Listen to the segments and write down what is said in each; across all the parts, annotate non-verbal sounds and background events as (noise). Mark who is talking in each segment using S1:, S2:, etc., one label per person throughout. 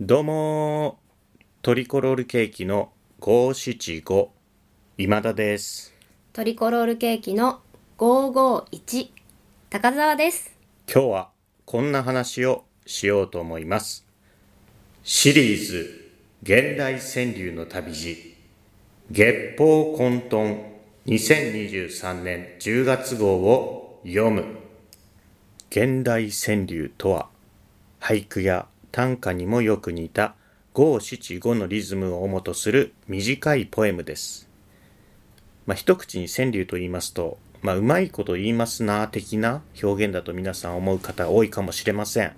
S1: どうもートリコロールケーキの575今田です
S2: トリコロールケーキの551高澤です
S1: 今日はこんな話をしようと思いますシリーズ現代川柳の旅路月報混沌2023年10月号を読む現代川柳とは俳句や短歌にもよく似た五七五のリズムを主とする短いポエムです。まあ、一口に川柳と言いますと、まあ、うまいこと言いますな的な表現だと皆さん思う方多いかもしれません。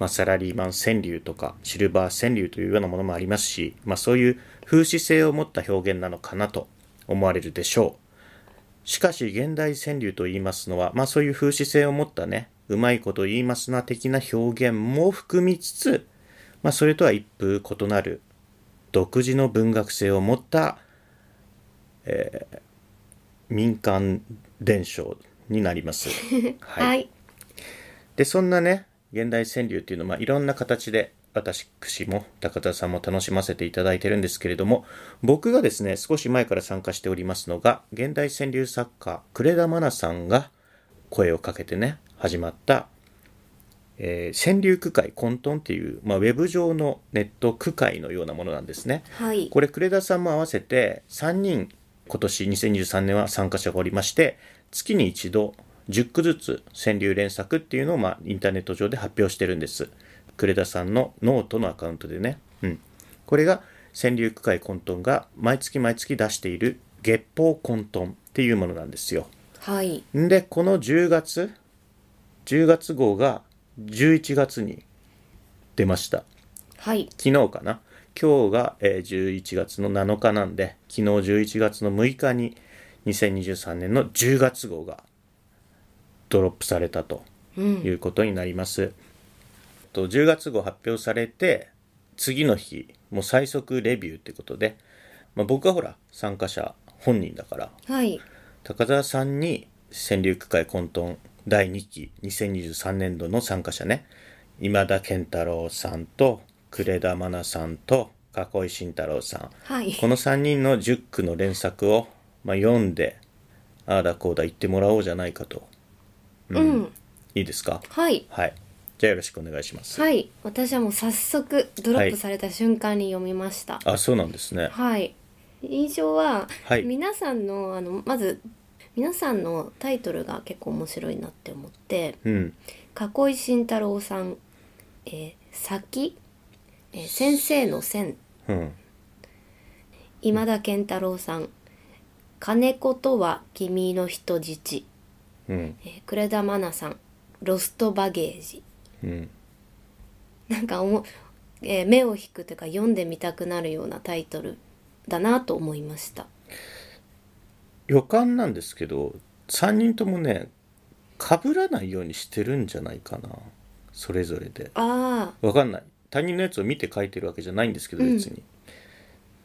S1: まあ、サラリーマン川柳とかシルバー川柳というようなものもありますし、まあ、そういう風刺性を持った表現なのかなと思われるでしょう。しかし現代川柳と言いますのは、まあそういう風刺性を持ったね、うまいこと言いますな的な表現も含みつつ、まあそれとは一風異なる、独自の文学性を持った、えー民間伝承になります。
S2: はい、
S1: でそんなね現代川柳っていうのは、まあ、いろんな形で私も高田さんも楽しませていただいてるんですけれども僕がですね少し前から参加しておりますのが現代川柳作家呉田愛菜さんが声をかけてね始まった、えー川柳区会混沌っていう、まあ、ウェブ上のネット区会のようなものなんですね。
S2: はい
S1: これ呉田さんも合わせて3人今年2023年は参加者がおりまして月に一度10句ずつ川柳連作っていうのを、まあ、インターネット上で発表してるんです呉田さんのノートのアカウントでね、うん、これが川柳区会混沌が毎月毎月出している月報混沌っていうものなんですよ
S2: はい
S1: んでこの10月10月号が11月に出ました
S2: はい
S1: 昨日かな今日が、えー11月の7日なんで昨日11月の6日に2023年の10月号がドロップされたということになります、と10月号発表されて次の日もう最速レビューってことで、まあ、僕はほら参加者本人だから
S2: はい
S1: 高澤さんに川柳区会混沌第2期2023年度の参加者ね今田健太郎さんと呉田愛菜さんと囲井慎太郎さん
S2: はい
S1: この3人の10句の連作を、まあ、読んでああだこうだ言ってもらおうじゃないかと
S2: うん
S1: いいですか
S2: はい
S1: はいじゃあよろしくお願いします、
S2: はい私はもう早速ドロップされた瞬間に読みました
S1: あそうなんですね
S2: はい、印象は、
S1: はい
S2: 皆さんのあのまず皆さんのタイトルが結構面白いなって思って
S1: うん
S2: 囲井慎太郎さん「えー、先、えー先生の線」
S1: うん
S2: 今田健太郎さん「金子とは君の人質
S1: うん」
S2: えー呉田愛菜さん「ロストバゲージ
S1: うん」
S2: なんかおも、えー目を引くというか読んでみたくなるようなタイトルだなと思いました
S1: 予感なんですけど3人ともね被らないようにしてるんじゃないかなそれぞれで
S2: あ
S1: わかんない他人のやつを見て書いてるわけじゃないんですけど
S2: うん
S1: 別に、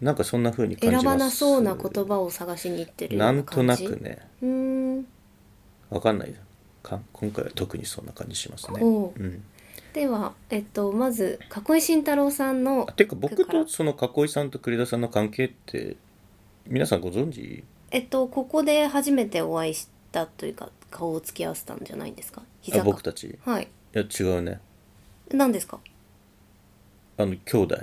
S1: なんかそんな風に
S2: ー
S1: 感じます
S2: 選ばなそうな言葉を探しに行ってるよう
S1: な
S2: なん
S1: と
S2: 感
S1: な
S2: じ
S1: くね
S2: うーん
S1: わかんないか今回は特にそんな感じしますね
S2: ほう
S1: うん、
S2: では、えっと、まず囲井慎太郎さんの
S1: あていうか僕
S2: だから
S1: とその囲いさんと栗田さんの関係って皆さんご存知
S2: えっとここで初めてお会いしたというか顔を突き合わせたんじゃないんですか
S1: あ
S2: 膝か
S1: 僕たちい
S2: はい
S1: や違うね
S2: 何ですか
S1: あの兄
S2: (laughs)
S1: 弟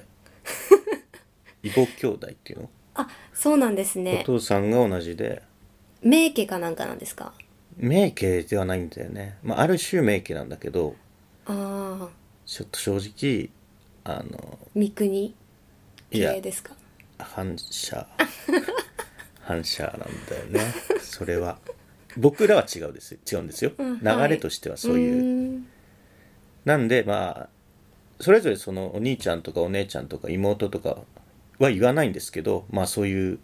S1: 異母兄弟っていうの、
S2: あそうなんです
S1: お
S2: ね
S1: 父さんが同じで
S2: 名家かなんかなんですか
S1: 名家ではないんだよね、まあ、ある種名家なんだけど
S2: ああ
S1: ちょっと正直あの
S2: 三国
S1: いや
S2: 系ですか
S1: 反射 (laughs) 反射なんだよねそれは僕らは違うです違うんですよ、
S2: ん
S1: 流
S2: はい
S1: れとしてはそういう
S2: ーん
S1: なんでまあそれぞれそのお兄ちゃんとかお姉ちゃんとか妹とかは言わないんですけどまあそういう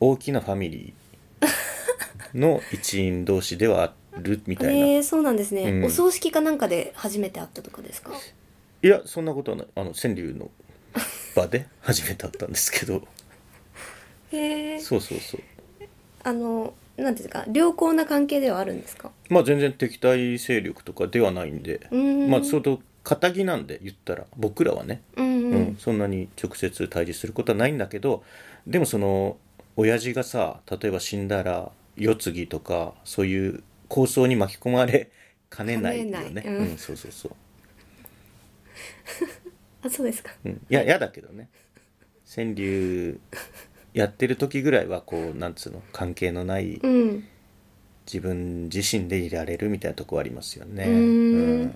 S1: 大きなファミリーの一員同士ではあるみたいな
S2: えー、そうなんですね、
S1: うん
S2: お葬式かなんかで初めて会ったとかですか
S1: いやそんなことはないあの川柳の場で初めて会ったんですけど
S2: えー、
S1: そうそうそう
S2: あのなんていうんですか良好な関係ではあるんですか
S1: まあ全然敵対勢力とかではないんで、
S2: うーん
S1: まあ相当堅気なんで言ったら僕らはね、
S2: うんう、
S1: うんん、そんなに直接対峙することはないんだけどでもその親父がさ例えば死んだら世継ぎとかそういう構想に巻き込まれかねないよ
S2: かね
S1: ね
S2: ないうん
S1: うん、そうそうそう、
S2: あそうですか
S1: うん、いや嫌だけど
S2: (laughs)
S1: ね川柳やってる時ぐらいはこうなんつうの関係のない
S2: うん
S1: 自分自身でいられるみたいなとこはありますよね。
S2: うーん
S1: うん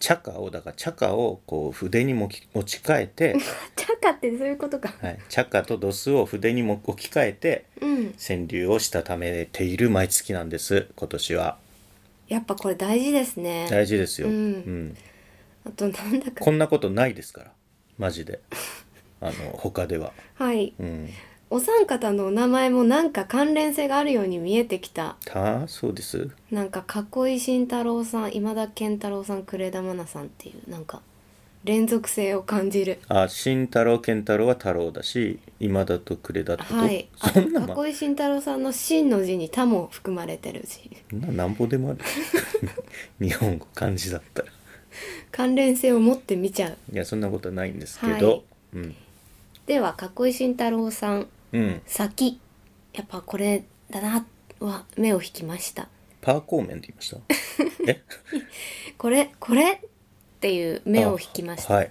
S1: 茶化をだから茶化をこう筆にもき持ち替え
S2: (laughs)
S1: て、
S2: チャカってそういうことか
S1: はい、茶化とドスを筆にも置き換えて
S2: うん
S1: 川柳をしたためている毎月なんです今年は
S2: やっぱこれ大事ですね
S1: 大事ですよ、
S2: うん
S1: うん
S2: あとなんだか
S1: こんなことないですからマジであの他では、
S2: はい
S1: うん、
S2: お三方のお名前もなんか関連性があるように見えてきた
S1: たそうです
S2: なんか囲い慎太郎さん今田健太郎さん呉田愛菜さんっていうなんか連続性を感じる
S1: あ慎太郎健太郎は太郎だし今田と呉だってこと、
S2: はいあ
S1: そんなま
S2: 囲い慎太郎さんの「真」の字に「た」も含まれてるし
S1: そんななんぼでもある (laughs) 日本語漢字だったら
S2: 関連性を持って見ちゃう
S1: いやそんなことはないんですけど、
S2: はい
S1: うん
S2: では囲い慎太郎さん
S1: うん
S2: 先やっぱこれだなは目を引きました
S1: パーコーメンって言いま
S2: (laughs)
S1: したえ
S2: これこれっていう目を引きました
S1: あはい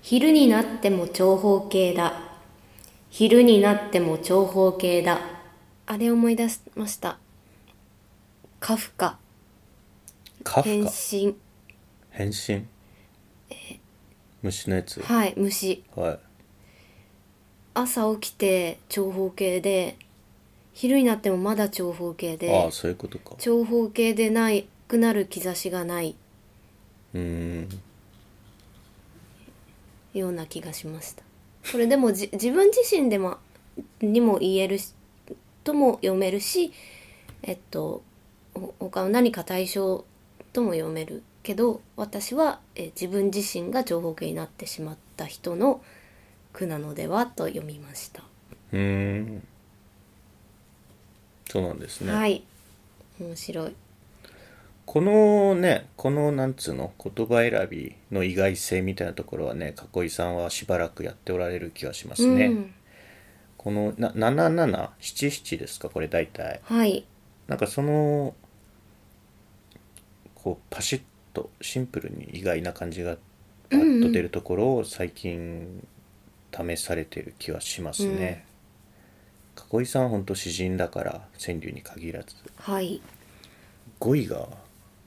S2: 昼になっても長方形だ昼になっても長方形だあれ思い出しましたカフカ
S1: カフ
S2: 変
S1: カ
S2: 身
S1: 変身虫のやつ
S2: はい虫
S1: はい
S2: 朝起きて長方形で昼になってもまだ長方形
S1: あ
S2: で
S1: あそういうことか
S2: 長方形でないくなる兆しがないう
S1: ーん
S2: ような気がしましたこれでもじ (laughs) 自分自身でもにも言えるしとも読めるしえっとほ他の何か対象とも読めるけど私はえ自分自身が情報系になってしまった人の句なのではと読みました、
S1: うーんそうなんですね、
S2: はい面白い
S1: このねこのなんつうの言葉選びの意外性みたいなところはね囲いさんはしばらくやっておられる気がしますね、
S2: うん、
S1: このな7777ですかこれ大体
S2: はい
S1: なんかそのこうパシッとシンプルに意外な感じがパッと出るところを最近試されてる気はしますね。囲いさんほんと詩人だから川柳に限らず
S2: はい
S1: 語彙が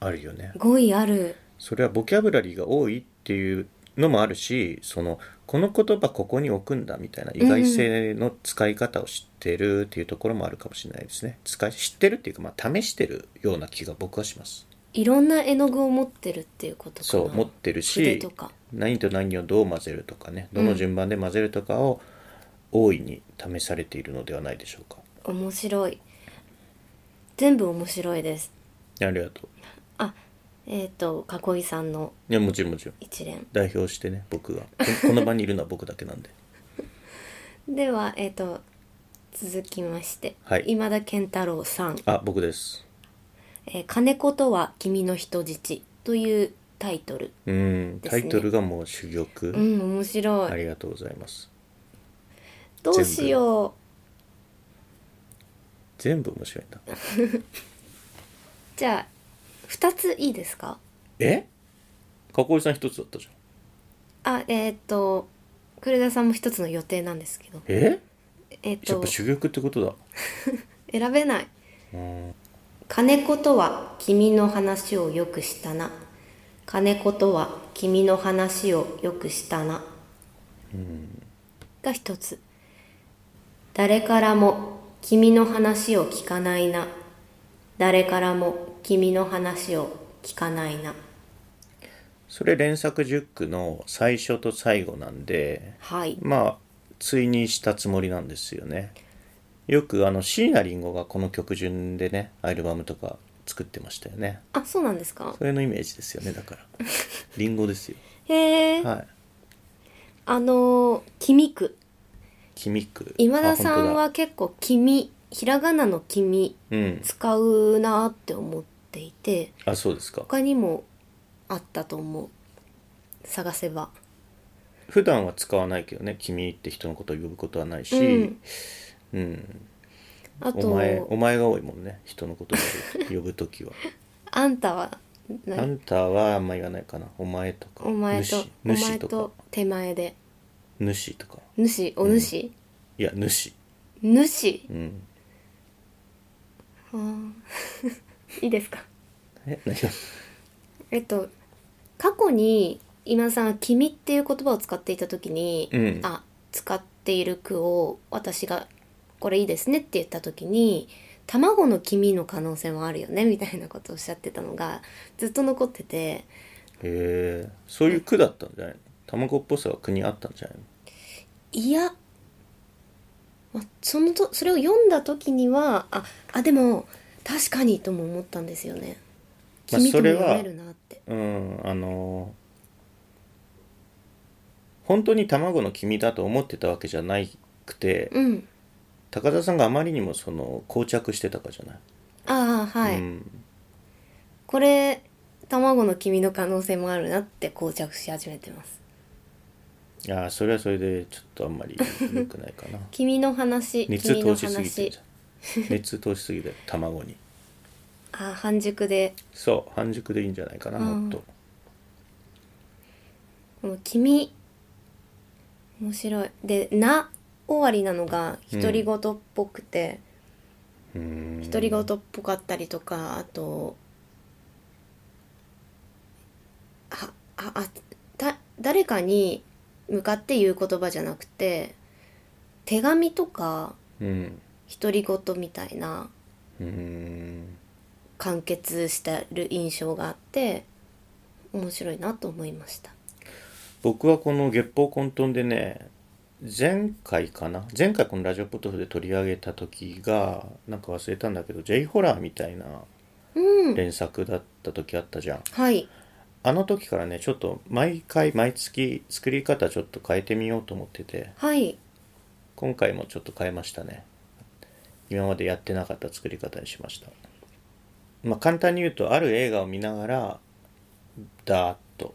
S1: あるよね。
S2: 語彙ある
S1: それはボキャブラリーが多いっていうのもあるしそのこの言葉ここに置くんだみたいな意外性の使い方を知ってるっていうところもあるかもしれないですね使い知ってるっていうか、まあ、試してるような気が僕はします
S2: いろんな絵の具を持ってるっていうことかな
S1: そう持ってる
S2: 筆
S1: し
S2: とか
S1: 何と何をどう混ぜるとかねどの順番で混ぜるとかを大いに試されているのではないでしょうか、
S2: 面白い全部面白いです
S1: ありがとう
S2: あえっ、と囲いさんの
S1: いやもちろんもちろん
S2: 一連
S1: 代表してね僕がここの場 (laughs) にいるのは僕だけなんで
S2: ではえっ、と続きまして、
S1: はい
S2: 今田健太郎さん
S1: あ僕です
S2: 「えー金子とは君の人質」というタイトル
S1: うん
S2: です
S1: タ
S2: ね
S1: イトルがもう珠玉、
S2: うん面白い、
S1: ありがとうございます。
S2: どうしよう
S1: 全部面白いな。
S2: じゃあ2ついいですか
S1: え？かこいさん一つだったじゃん。
S2: あえっ、と呉田さんも一つの予定なんですけど
S1: え？
S2: えっ、
S1: やっ
S2: と
S1: ぱ珠玉ってことだ。
S2: 選べない
S1: うん。
S2: 金子とは君の話をよくしたな金子とは君の話をよくしたな、が一つ誰からも君の話を聞かないな誰からも君の話を聞かないな
S1: それ連作十句の最初と最後なんで、
S2: はい
S1: まあ対にしたつもりなんですよね。よくあの椎名林檎がこの曲順でねアルバムとか作ってましたよね。
S2: あそうなんですか
S1: それのイメージですよねだ (laughs) から。リンゴですよ。
S2: へえ、
S1: はい。
S2: あのー君区
S1: 君句。
S2: 今田
S1: あ
S2: さ
S1: 本
S2: ん
S1: 当だ
S2: は結構君ひらがなの君
S1: うん
S2: 使うなって思っていて
S1: あそうですか
S2: 他にもあったと思う探せば
S1: 普段は使わないけどね君って人のことを呼ぶことはないし、
S2: うん
S1: うん
S2: あ
S1: お前お
S2: と
S1: 前が多いもんね人のことを呼ぶ呼ぶ時は
S2: あんたは (laughs) な
S1: あんたはあんま言わないかなお前とか
S2: お前とお
S1: 主主
S2: 前
S1: とか
S2: と手前で
S1: 主とか
S2: 主お主、
S1: いや主
S2: 主
S1: うん
S2: あー (laughs) いいですか
S1: え何が (laughs)
S2: えっと過去に今田さんが「君」っていう言葉を使っていた時に、
S1: うん
S2: あ使っている句を私が「これいいですね」って言った時に「卵の黄身の可能性もあるよね」みたいなことをおっしゃってたのがずっと残ってて
S1: へえそういう句だったんじゃないの卵っぽさは句にあったんじゃないの
S2: いや、まあ、そのとそれを読んだ時にはああでも確かにとも思ったんですよね。
S1: まあ
S2: 君
S1: そ
S2: とも
S1: れは
S2: 読めるなって。
S1: うんあのー本当に卵の黄身だと思ってたわけじゃなくて
S2: うん。
S1: 高田さんがあまりにもその膠着してたかじゃない、
S2: ああはい。
S1: うん、
S2: これ卵の黄身の可能性もあるなって膠着し始めてます
S1: いやそれはそれでちょっとあんまり良くないか
S2: (laughs)
S1: な
S2: 君の話
S1: 熱
S2: 君の
S1: 通しすぎてん
S2: 話 (laughs)
S1: じゃん熱通しすぎて卵に
S2: あ半熟で
S1: そう半熟でいいんじゃないかなもっと
S2: この君面白いで「な」終わりなのが
S1: うん
S2: 独り言っぽくて、
S1: うん
S2: 独り言っぽかったりとかあとあああだ誰かに向かって言う言葉じゃなくて手紙とか
S1: うん
S2: 独り言みたいな
S1: うん
S2: 完結してる印象があって面白いなと思いました
S1: 僕はこの月報混沌でね前回かな前回このラジオポトフで取り上げた時がなんか忘れたんだけど J ホラーみたいな
S2: うん
S1: 連作だった時あったじゃん
S2: はい
S1: あの時からねちょっと毎回毎月作り方ちょっと変えてみようと思ってて
S2: はい
S1: 今回もちょっと変えましたね今までやってなかった作り方にしましたまあ簡単に言うとある映画を見ながらダーッと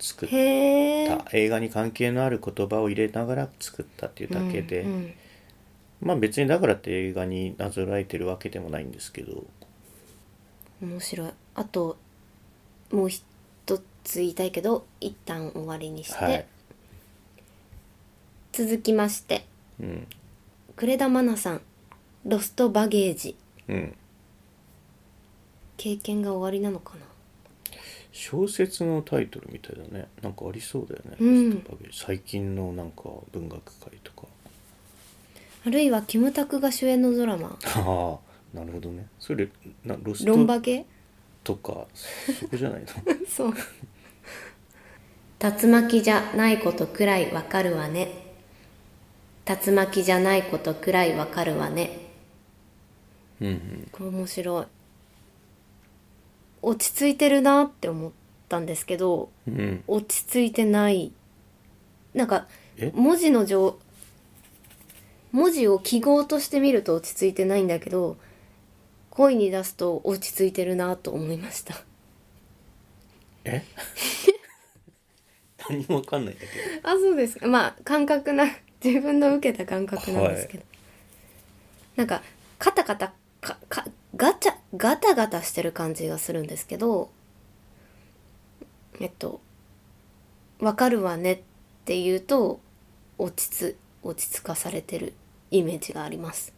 S1: 作って
S2: へえ
S1: 映画に関係のある言葉を入れながら作ったっていうだけで、
S2: うんうん
S1: まあ別にだからって映画になぞらえてるわけでもないんですけど
S2: 面白いあともう一つ言いたいけど一旦終わりにして、
S1: はい、
S2: 続きまして
S1: うん
S2: 呉田愛菜さん「ロストバゲージ
S1: うん、」
S2: 経験が終わりなのかな
S1: 小説のタイトルみたいだねなんかありそうだよね、
S2: うん
S1: ロストバゲージ最近のなんか文学界とか
S2: あるいはキムタクが主演のドラマ
S1: ああなるほどねそれなロ
S2: 「
S1: ス
S2: ロン
S1: ト
S2: バゲ
S1: とかそこじ
S2: (laughs)
S1: ゃないの」
S2: そう「竜巻じゃないことくらいわかるわね」「竜巻じゃないことくらいわかるわね」
S1: うん、うん、
S2: これ面白い落ち着いてるなって思ったんですけど
S1: うん、
S2: 落ち着いてないなんか
S1: え
S2: 文字の上文字を記号として見ると落ち着いてないんだけど声に出すと落ち着いてるなと思いました (laughs)
S1: え何もわかんないんだけ
S2: あそうですかまあ感覚な (laughs) 自分の受けた感覚なんですけど、なんかカタカタかかガチャガタガタしてる感じがするんですけどえっと「わかるわね」って言うと落ちつ落ち着かされてるイメージがあります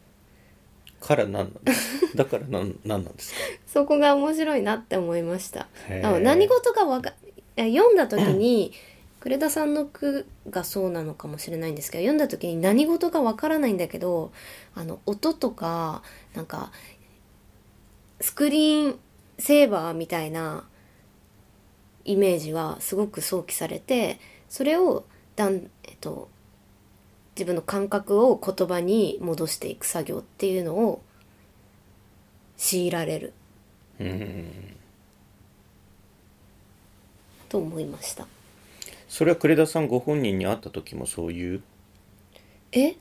S1: どから何なんですだから何何なんですか
S2: そこが面白いなって思いました
S1: へー
S2: あの何事かわかえ読んだ時に呉田さんの句がそうなのかもしれないんですけど読んだ時に何事かわからないんだけどあの音とかなんかスクリーンセーバーみたいなイメージはすごく想起されてそれをだん、えっと、自分の感覚を言葉に戻していく作業っていうのを強いられる
S1: うん
S2: と思いました。
S1: それは呉田さんご本人に会った時もそういう
S2: え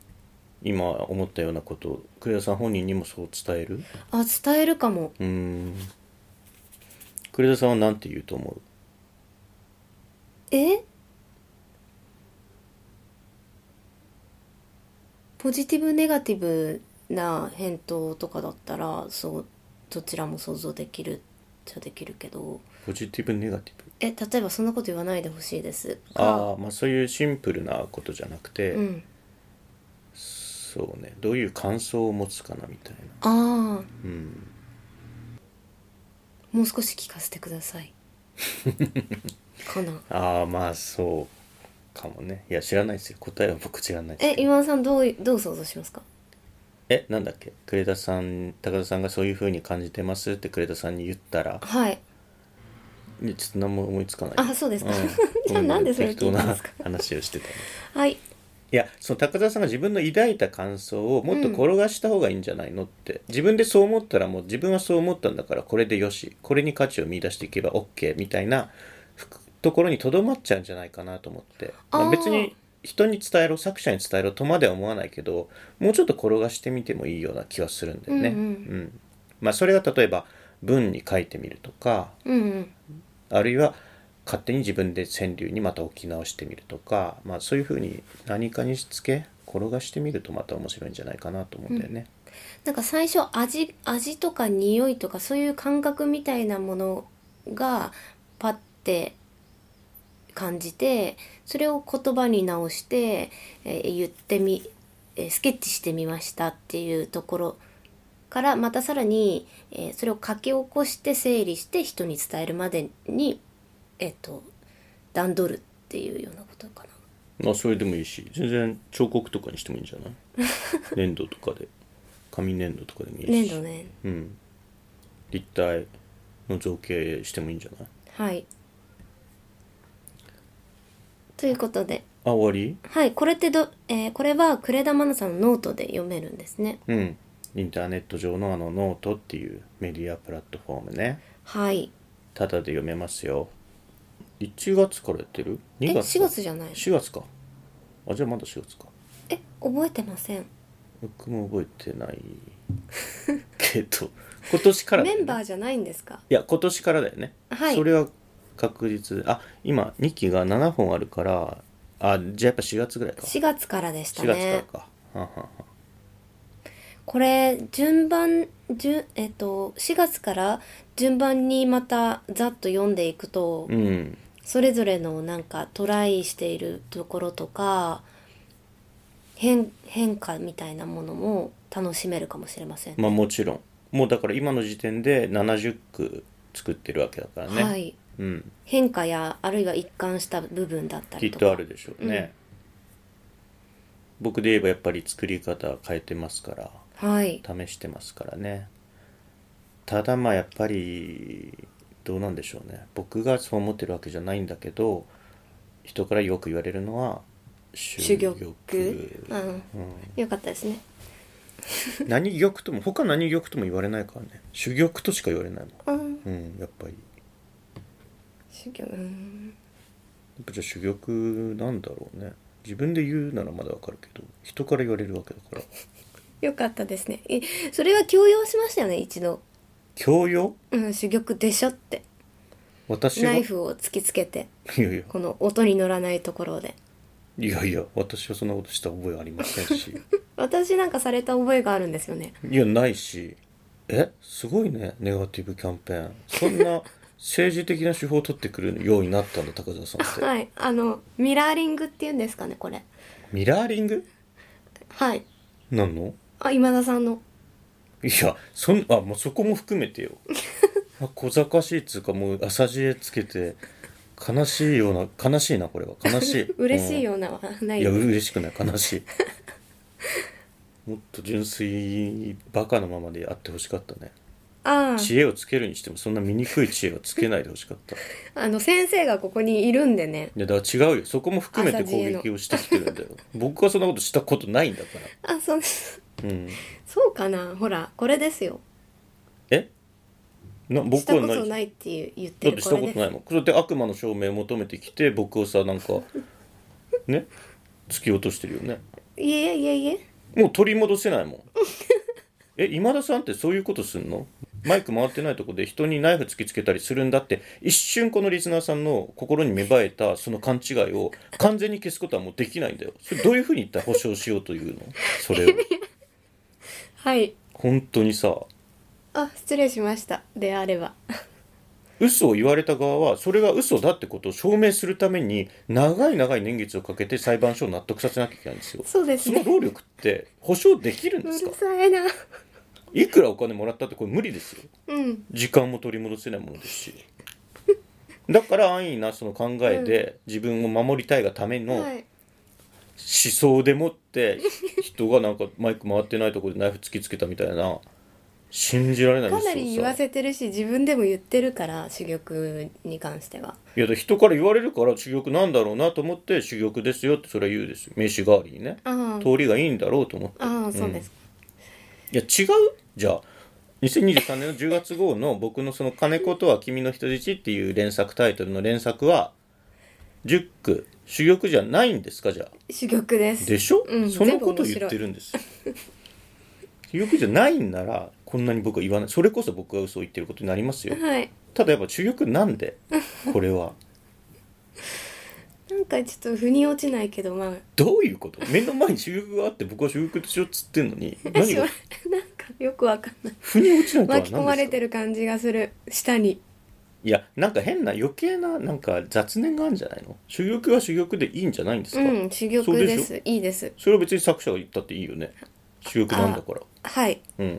S1: 今思ったようなことを栗田さん本人にもそう伝える
S2: あ伝えるかも
S1: うーん栗田さんは何て言うと思う
S2: えポジティブネガティブな返答とかだったらそうどちらも想像できるっちゃできるけど
S1: ポジティブネガティブ
S2: え例えばそんなこと言わないでほしいです
S1: ああまあそういうシンプルなことじゃなくて、
S2: うん
S1: そうねどういう感想を持つかなみたいな
S2: ああ
S1: うん
S2: もう少し聞かせてくださ
S1: (laughs)
S2: いかな
S1: ああまあそうかもねいや知らないですよ答えは僕知らないです
S2: え
S1: けど
S2: 今田さんどうどう想像しますか
S1: えなんだっけ呉田さん高田さんがそういう風に感じてますって呉田さんに言ったら
S2: はい
S1: いやちょっと何も思いつかない
S2: あそうですか (laughs) じゃあ
S1: ごめ
S2: なん
S1: ごめ
S2: でそれ聞い
S1: 適当
S2: たんで
S1: な
S2: すか
S1: 話をしてたね
S2: はい
S1: いやその高田さんが自分の抱いた感想をもっと転がした方がいいんじゃないのって、自分でそう思ったらもう自分はそう思ったんだからこれでよしこれに価値を見出していけば OK みたいなふくところにとどまっちゃうんじゃないかなと思って、ま
S2: あ
S1: あ、
S2: ー
S1: 別に人に伝えろ作者に伝えろとまでは思わないけどもうちょっと転がしてみてもいいような気はするんだよね。
S2: うんうん
S1: まあ、それが例えば文に書いてみるとか
S2: うんうん
S1: あるいは勝手に自分で川柳にまた置き直してみるとか、まあ、そういうふうに何かにしつけ転がしてみるとまた面白いんじゃないかなと思うんだよね。
S2: なんか最初味味とか匂いとかそういう感覚みたいなものがパッて感じてそれを言葉に直して、えー言ってみ、えースケッチしてみましたっていうところからまたさらに、えーそれを書き起こして整理して人に伝えるまでにえっ、と段取るっていうようなことかな。
S1: まあそれでもいいし全然彫刻とかにしてもいいんじゃない (laughs) 粘土とかで紙粘土とかでもいいし
S2: 粘土ね。
S1: うん、立体の造形してもいいんじゃない
S2: はい。ということで。
S1: あ終わり
S2: はい、これってど、えーこれは呉田愛菜さんのノートで読めるんですね。
S1: うんインターネット上のあのノートっていうメディアプラットフォームね
S2: はい。
S1: ただで読めますよ1月からやってる
S2: え、
S1: 2月
S2: 4月じゃないの
S1: 4月かあじゃあまだ4月か
S2: え、覚えてません。
S1: 僕も覚えてない
S2: (laughs)
S1: けど今年からだ
S2: メ
S1: よね
S2: ンバーじゃないんですか
S1: いや今年からだよね、
S2: はい
S1: それは確実あ今2期が7本あるからあじゃあやっぱ4月ぐらいか
S2: ?4 月からでした
S1: 4月
S2: ね。
S1: からかはんはんはん
S2: これ、順番、順、えっと、4月から順番にまたざっと読んでいくと、
S1: うん
S2: それぞれのなんかトライしているところとか、変、変化みたいなものも楽しめるかもしれません。
S1: まあもちろんもうだから今の時点で70句作ってるわけだからね、
S2: はい。
S1: うん、
S2: 変化やあるいは一貫した部分だった
S1: き
S2: り
S1: っ
S2: とか
S1: とあるでしょうね、僕で言えばやっぱり作り方変えてますから
S2: はい
S1: 試してますからねただまあやっぱりどうなんでしょうね僕がそう思ってるわけじゃないんだけど人からよく言われるのは
S2: 主玉
S1: 主
S2: う
S1: 玉
S2: ん、よかったですね
S1: 何玉とも他何玉とも言われないからね主玉としか言われない
S2: うん
S1: もん、うん、やっぱりや
S2: 主玉うん
S1: っぱじゃあ主玉なんだろうね自分で言うならまだわかるけど人から言われるわけだから
S2: よかったですねえそれは強要しましたよね一度、
S1: 教養
S2: うん、主玉でしょって
S1: 私は
S2: ナイ
S1: い
S2: フを突きつけて
S1: やいや
S2: この音に乗らないところで
S1: いやいや私はそんなことした覚えありませんし
S2: 私なんかされた覚えがあるんですよね
S1: いやないしえすごいねネガティブキャンペーンそん
S2: (laughs)
S1: な政治的な手法を取ってくるようになったんだ高田さんって
S2: はいあのミラーリングっていうんですかねこれ
S1: ミラーリング
S2: はい
S1: なんの
S2: あ今田さんの
S1: いやそんあもうそこも含め
S2: (laughs)
S1: てよあ小賢しいっつうかもう朝知恵つけて悲しいような悲しいなこれは悲
S2: (laughs)
S1: しい
S2: 嬉しいよ
S1: う
S2: うなはなんい
S1: いや嬉しくない悲しいもっと純粋バカのままであってほしかったね
S2: ああ
S1: 知恵をつけるにしてもそんな醜い知恵はつけないでほしかった
S2: あの先生がここにいるんでね
S1: いやだから違うよそこも含めて攻撃をしてきてるんだよ僕はそんなことしたことないんだか
S2: あそう
S1: ら、うん、
S2: そうかなほらこれですよ
S1: えな
S2: し
S1: 僕
S2: た
S1: は
S2: こ
S1: ない
S2: とないっていう言っ
S1: だ
S2: て
S1: っ
S2: る
S1: てし
S2: こ
S1: た
S2: れ
S1: こと
S2: です
S1: ないもんそれで悪魔の証明を求めてきて僕をさなんかね突き落としてるよね
S2: いえいえいえ
S1: もう取り戻せないもん (laughs) え今田さんってそういうことすんのマイク回ってないとこで人にナイフ突きつけたりするんだって一瞬このリスナーさんの心に芽生えたその勘違いを完全に消すことはもうできないんだよそれどういうふうに言ったら保証しようというのそれを
S2: はい
S1: 本当にさ
S2: あ失礼しましたであれば
S1: 嘘を言われた側はそれが嘘だってことを証明するために長い長い年月をかけて裁判所を納得させなきゃいけないんですよ
S2: そうです
S1: その
S2: ね
S1: 労力って保証できるん
S2: う
S1: ですか
S2: るさいない
S1: くらお金もらったってこれ無理ですよ
S2: うん
S1: 時間も取り戻せないものですし
S2: (laughs)
S1: だから安易なその考えで自分を守りたいがための
S2: は
S1: 思
S2: い
S1: 想でもって人がなんかマイク回ってないところでナイフ突きつけたみたいな信じられない
S2: かなり
S1: 嘘
S2: 言
S1: を
S2: わ
S1: さ
S2: せてるし自分でも言ってるから珠玉に関してはい
S1: やだ人から言われるから珠玉なんだろうなと思って珠玉ですよってそれは言うですよ名刺代わりにね
S2: ああ
S1: 通りがいいんだろうと思って
S2: ああそうですか、
S1: いや違うじゃあ2023年の10月号の僕のその「金子とは君の人質」っていう連作タイトルの連作は10句珠玉じゃないんですかじゃあ
S2: 珠玉です
S1: でしょ、
S2: うん
S1: そのこと言ってるんです (laughs) 珠玉じゃないんならこんなに僕は言わないそれこそ僕が嘘を言ってることになりますよ
S2: はい
S1: ただやっぱ珠玉なんでこれは
S2: なんかちょっと腑に落ちないけどまあ
S1: どういうこと目の前に珠玉があって僕は珠玉でしょっつってんのに何
S2: 私
S1: が
S2: は (laughs) なんかよくわかんない
S1: 腑に落ちないとは何で
S2: 巻
S1: す
S2: き
S1: か
S2: 込まれてる感じがする下に
S1: いやなんか変な余計ななんか雑念があるんじゃないの珠玉は珠玉でいいんじゃないんです
S2: う
S1: か、
S2: ん珠
S1: そう
S2: 玉
S1: でし
S2: で
S1: ょ
S2: すいいです
S1: それは別に作者が言ったっていいよね珠玉なんだから
S2: はい
S1: うん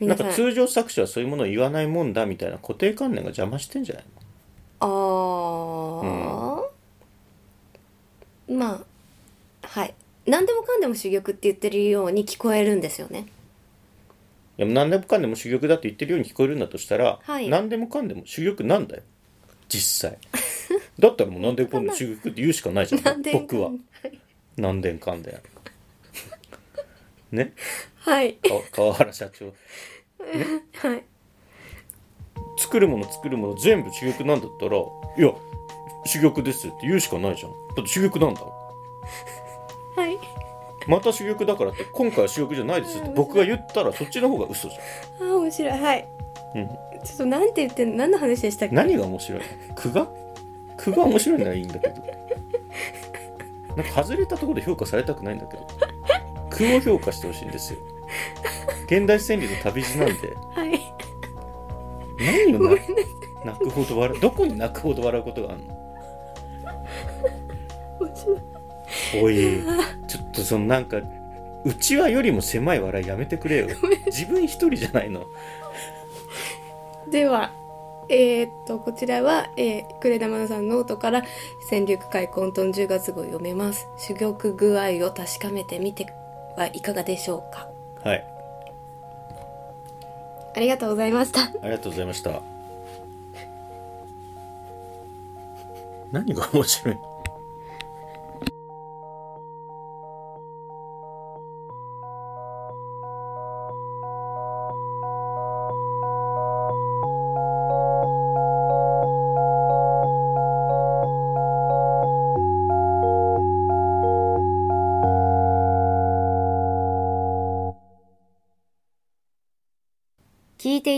S1: な
S2: 皆
S1: ん
S2: さん
S1: か通常作者はそういうものを言わないもんだみたいな固定観念が邪魔してんじゃないの
S2: あー、まあはい何でもかんでも珠玉って言ってるように聞こえるんですよね
S1: いや何でもかんでも珠玉だって言ってるように聞こえるんだとしたら、
S2: はい
S1: 何でもかんでも珠玉なんだよ実
S2: (laughs)
S1: 際だったらもう何でもかんでも珠玉って言うしかないじゃ
S2: 何
S1: ん
S2: でもかん
S1: 僕は何でもかんでね
S2: はい
S1: か川原社長
S2: はい
S1: 作るもの作るもの全部珠玉なんだったら「いや珠玉です」って言うしかないじゃんだって珠玉なんだも
S2: はい
S1: んまた珠玉だからって今回は珠玉じゃないですって僕が言ったらそっちの方が嘘じ
S2: あー面白いはい
S1: ゃん、うん、
S2: ちょっとなんて言ってんの何の話でしたっけ
S1: 何が面白いの句が句が面白いならいいんだけどなんか外れたところで評価されたくないんだけど句を評価してほしいんですよ現代川柳の旅路なんで
S2: はい
S1: 何を泣泣くほど笑うどこに泣くほど笑うことがあるの
S2: 面白い
S1: おいちょっとそのなんかうちわよりも狭い笑いやめてくれよ自分一人じゃないの
S2: ではえー、っとこちらは、えー、呉玉菜さんのノートから「戦略会混沌10月号」読めます珠玉具合を確かめてみてはいかがでしょうか
S1: はい
S2: ありがとうございました
S1: ありがとうございました何が面白い
S3: 聞いて